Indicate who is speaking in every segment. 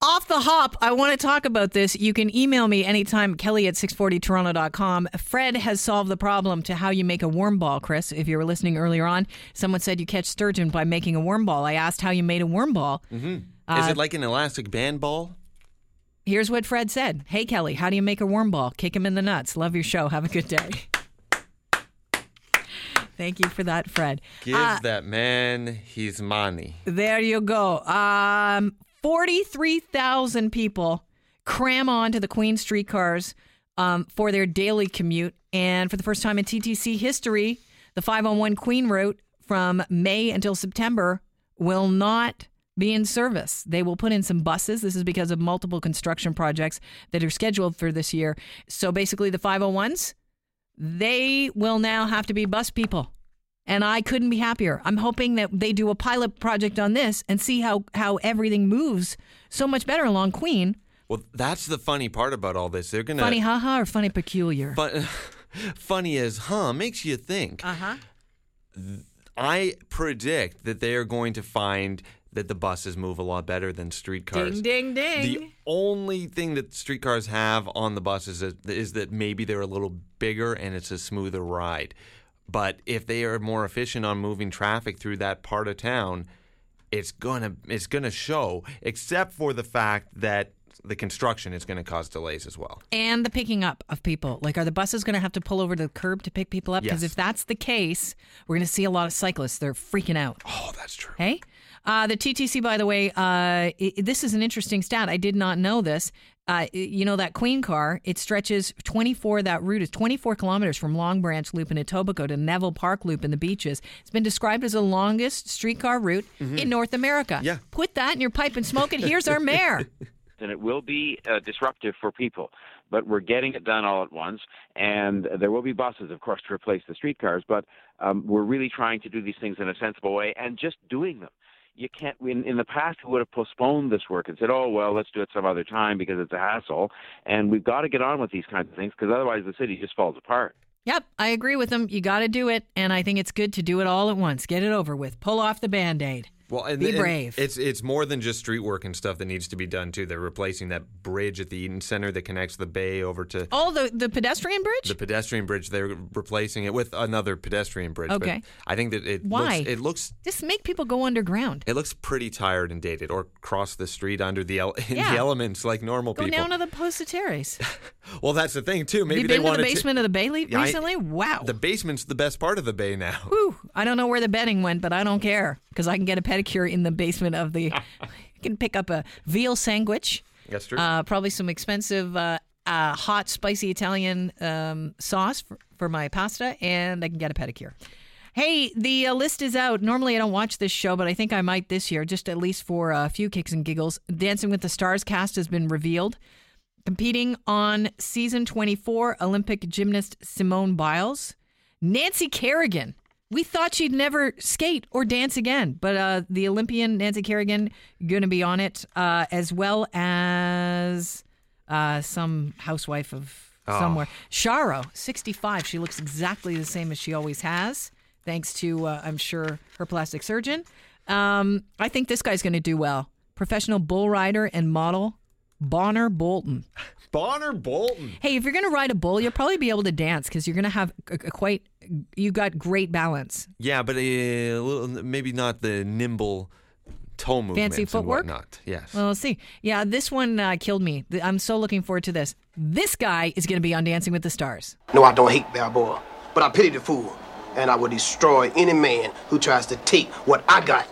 Speaker 1: off the hop, I want to talk about this. You can email me anytime, kelly at 640toronto.com. Fred has solved the problem to how you make a worm ball, Chris. If you were listening earlier on, someone said you catch sturgeon by making a worm ball. I asked how you made a worm ball. Uh,
Speaker 2: Is it like an elastic band ball?
Speaker 1: Here's what Fred said Hey, Kelly, how do you make a worm ball? Kick him in the nuts. Love your show. Have a good day. Thank you for that, Fred.
Speaker 2: Give
Speaker 1: Uh,
Speaker 2: that man his money.
Speaker 1: There you go. Um, 43,000 people cram onto the Queen streetcars um, for their daily commute. And for the first time in TTC history, the 501 Queen route from May until September will not be in service. They will put in some buses. This is because of multiple construction projects that are scheduled for this year. So basically, the 501s, they will now have to be bus people and I couldn't be happier. I'm hoping that they do a pilot project on this and see how how everything moves so much better along Queen.
Speaker 2: Well, that's the funny part about all this. They're gonna
Speaker 1: Funny haha or funny peculiar?
Speaker 2: Fun, funny as huh makes you think.
Speaker 1: Uh huh.
Speaker 2: I predict that they are going to find that the buses move a lot better than streetcars.
Speaker 1: Ding ding ding.
Speaker 2: The only thing that streetcars have on the buses is, is that maybe they're a little bigger and it's a smoother ride. But if they are more efficient on moving traffic through that part of town, it's gonna it's gonna show. Except for the fact that the construction is gonna cause delays as well.
Speaker 1: and the picking up of people. Like, are the buses going to have to pull over to the curb to pick people up? Because
Speaker 2: Yes.
Speaker 1: if that's the case, we're going to see a lot of cyclists. They're freaking out.
Speaker 2: Oh, that's true.
Speaker 1: Hey, uh, the TTC, by the way, uh, i this is an interesting stat. I did not know this. Uh, i- you know that Queen car? It stretches 24. That route is 24 kilometers from Long Branch Loop in Etobicoke to Neville Park Loop in the beaches. It's been described as the longest streetcar route in North America.
Speaker 2: Mm-hmm. Yeah.
Speaker 1: Put that in your pipe and smoke it. Here's our mayor.
Speaker 3: and it will be uh, disruptive for people. But we're getting it done all at once, and there will be buses, of course, to replace the streetcars. But um, we're really trying to do these things in a sensible way and just doing them. You can't. In, in the past, we would have postponed this work and said, "Oh well, let's do it some other time because it's a hassle." And we've got to get on with these kinds of things because otherwise, the city just falls apart.
Speaker 1: Yep, I agree with him. You got to do it, and I think it's good to do it all at once. Get it over with. Pull off the band-aid.
Speaker 2: Well, and,
Speaker 1: Be
Speaker 2: and
Speaker 1: brave.
Speaker 2: It's it's more than just street work and stuff that needs to be done too. They're replacing that bridge at the Eaton Center that connects the bay over to
Speaker 1: Oh, the the pedestrian bridge.
Speaker 2: the pedestrian bridge. They're replacing it with another pedestrian bridge. but
Speaker 1: Okay.
Speaker 2: I think that it
Speaker 1: Why?
Speaker 2: looks it looks
Speaker 1: Just make people go underground.
Speaker 2: it looks pretty tired and dated, or cross the street under the el- in
Speaker 1: Yeah.
Speaker 2: the elements like normal
Speaker 1: Go
Speaker 2: people.
Speaker 1: down to the Positaries.
Speaker 2: well, that's the thing too. Maybe
Speaker 1: Have you
Speaker 2: they
Speaker 1: been to
Speaker 2: want
Speaker 1: the basement of the Bay le-
Speaker 2: Yeah, I-
Speaker 1: recently? wow.
Speaker 2: The basement's the best part of the bay now.
Speaker 1: Whew. I don't know where the bedding went, but I don't care because I can get a pedicure in the basement of the. I can pick up a veal sandwich,
Speaker 2: That's true.
Speaker 1: uh, probably some expensive uh, uh, hot, spicy Italian um, sauce for, for my pasta, and I can get a pedicure. Hey, the uh, list is out. Normally, I don't watch this show, but I think I might this year, just at least for uh, a few kicks and giggles. Dancing with the Stars cast has been revealed. Competing on season 24, Olympic gymnast Simone Biles. Nancy Kerrigan. We thought she'd never skate or dance again, but uh, the Olympian Nancy Kerrigan going to be on it, uh, as well as uh, some housewife of somewhere. Sharo, 65. She looks exactly the same as she always has, thanks to, uh, I'm sure, her plastic surgeon. Um, I think this guy's going to do well. Professional bull rider and model Bonner Bolton.
Speaker 2: Bonner Bolton.
Speaker 1: Hey, if you're going to ride a bull, you'll probably be able to dance because you're going to have a, a quite, you got great balance.
Speaker 2: Yeah, but uh, a little, maybe not the nimble toe movements and
Speaker 1: footwork?
Speaker 2: whatnot. Yes.
Speaker 1: Well, let's see. Yeah, this one uh, killed me. Th- I'm so looking forward to this. This guy is going to be on Dancing with the Stars.
Speaker 4: No, I don't hate Balboa, but I pity the fool, and I will destroy any man who tries to take what I got.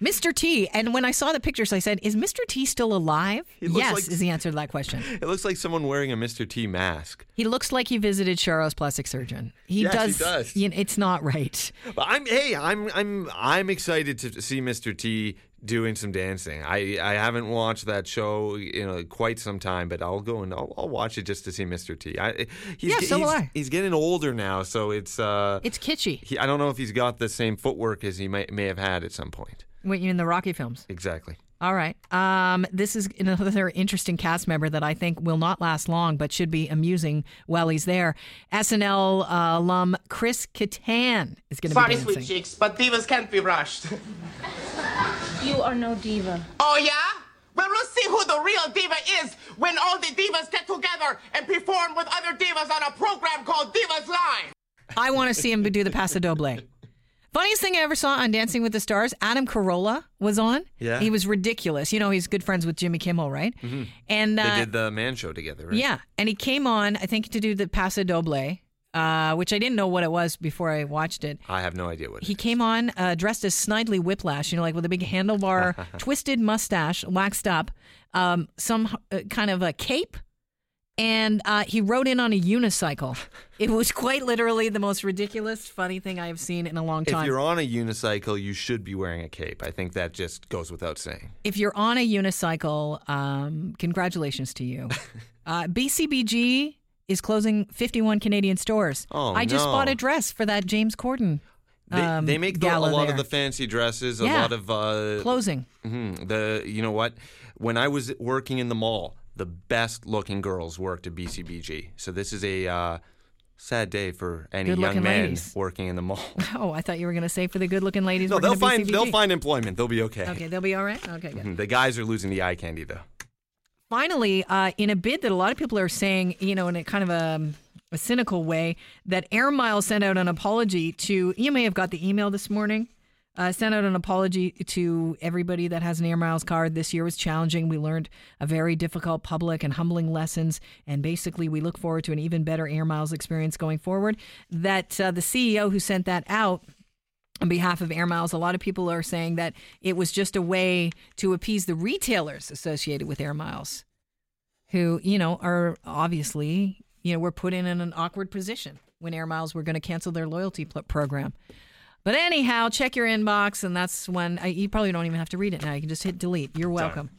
Speaker 1: Mr. T. And when I saw the pictures, I said, Is Mr. T still alive?
Speaker 2: looks
Speaker 1: Yes,
Speaker 2: like-
Speaker 1: is the answer to that question.
Speaker 2: It looks like someone wearing a Mr. T mask.
Speaker 1: He looks like he visited Sharo's plastic surgeon. He
Speaker 2: Yes, he
Speaker 1: does.
Speaker 2: does.
Speaker 1: you know, it's not right.
Speaker 2: But I'm hey, I'm I'm I'm excited to see Mr. T doing some dancing. I I haven't watched that show you know quite some time, but I'll go and I'll, I'll watch it just to see Mr. T. I he's,
Speaker 1: Yeah,
Speaker 2: ge-
Speaker 1: so will
Speaker 2: he's,
Speaker 1: I.
Speaker 2: he's getting older now, so it's uh
Speaker 1: It's kitschy.
Speaker 2: he, I don't know if he's got the same footwork as he may may have had at some point.
Speaker 1: What you in the Rocky films?
Speaker 2: Exactly.
Speaker 1: All right. Um, this is another interesting cast member that I think will not last long, but should be amusing while he's there. SNL uh, alum Chris Kattan is going to be
Speaker 5: Sorry,
Speaker 1: dancing.
Speaker 5: sweet cheeks, but divas can't be rushed.
Speaker 6: You are no diva.
Speaker 5: oh, yeah? Well, we'll see who the real diva is when all the divas get together and perform with other divas on a program called Divas Live.
Speaker 1: I want to see him do the Paso Doble. Funniest thing I ever saw on Dancing with the Stars, Adam Carolla was on.
Speaker 2: Yeah. Mm-hmm.
Speaker 1: He was ridiculous. You know, he's good friends with Jimmy Kimmel, right? And uh,
Speaker 2: They did the man show together, right?
Speaker 1: yeah, and he came on, I think, to do the Paso Doble, uh, which I didn't know what it was before I watched it.
Speaker 2: I have no idea what.
Speaker 1: He came on uh, dressed as Snidely Whiplash, you know, like with a big handlebar, twisted mustache, waxed up, um, some uh, kind of a cape, and uh, he rode in on a unicycle. It was quite literally the most ridiculous, funny thing I have seen in a long
Speaker 2: If
Speaker 1: time.
Speaker 2: you're on a unicycle, you should be wearing a cape. I think that just goes without saying.
Speaker 1: if you're on a unicycle, um, congratulations to you. Uh, BCBG is closing 51 Canadian stores.
Speaker 2: Oh,
Speaker 1: I just
Speaker 2: no. Uh,
Speaker 1: bought a dress for that James Corden.
Speaker 2: They,
Speaker 1: um,
Speaker 2: they make the, a
Speaker 1: gala
Speaker 2: lot of
Speaker 1: there.
Speaker 2: the fancy dresses, a
Speaker 1: Yeah.
Speaker 2: lot of uh,
Speaker 1: closing.
Speaker 2: mhm, the. You know what? When I was working in the mall, the best looking girls worked at BCBG. So this is a uh, sad day for any young
Speaker 1: Good-looking
Speaker 2: man
Speaker 1: ladies.
Speaker 2: working in the mall.
Speaker 1: Oh, I thought you were going to say for the good-looking ladies.
Speaker 2: no,
Speaker 1: working
Speaker 2: they'll
Speaker 1: at
Speaker 2: find
Speaker 1: BCBG.
Speaker 2: they'll find employment. They'll be okay.
Speaker 1: Okay, they'll be all right. Okay, good.
Speaker 2: Mhm, The guys are losing the eye candy though.
Speaker 1: Finally, uh, in a bid that a lot of people are saying, you know, in a kind of a, um, a cynical way, that Air Miles sent out an apology to. You may have got the email this morning. Uh, sent out an apology to everybody that has an Air Miles card. This year was challenging. We learned a very difficult public and humbling lessons, and basically we look forward to an even better Air Miles experience going forward. That uh, the CEO who sent that out on behalf of Air Miles, a lot of people are saying that it was just a way to appease the retailers associated with Air Miles, who, you know, are obviously, you know, were put in an awkward position when Air Miles were going to cancel their loyalty pl- program. But anyhow, check your inbox, and that's when I, you probably don't even have to read it now. You can just hit delete. You're welcome.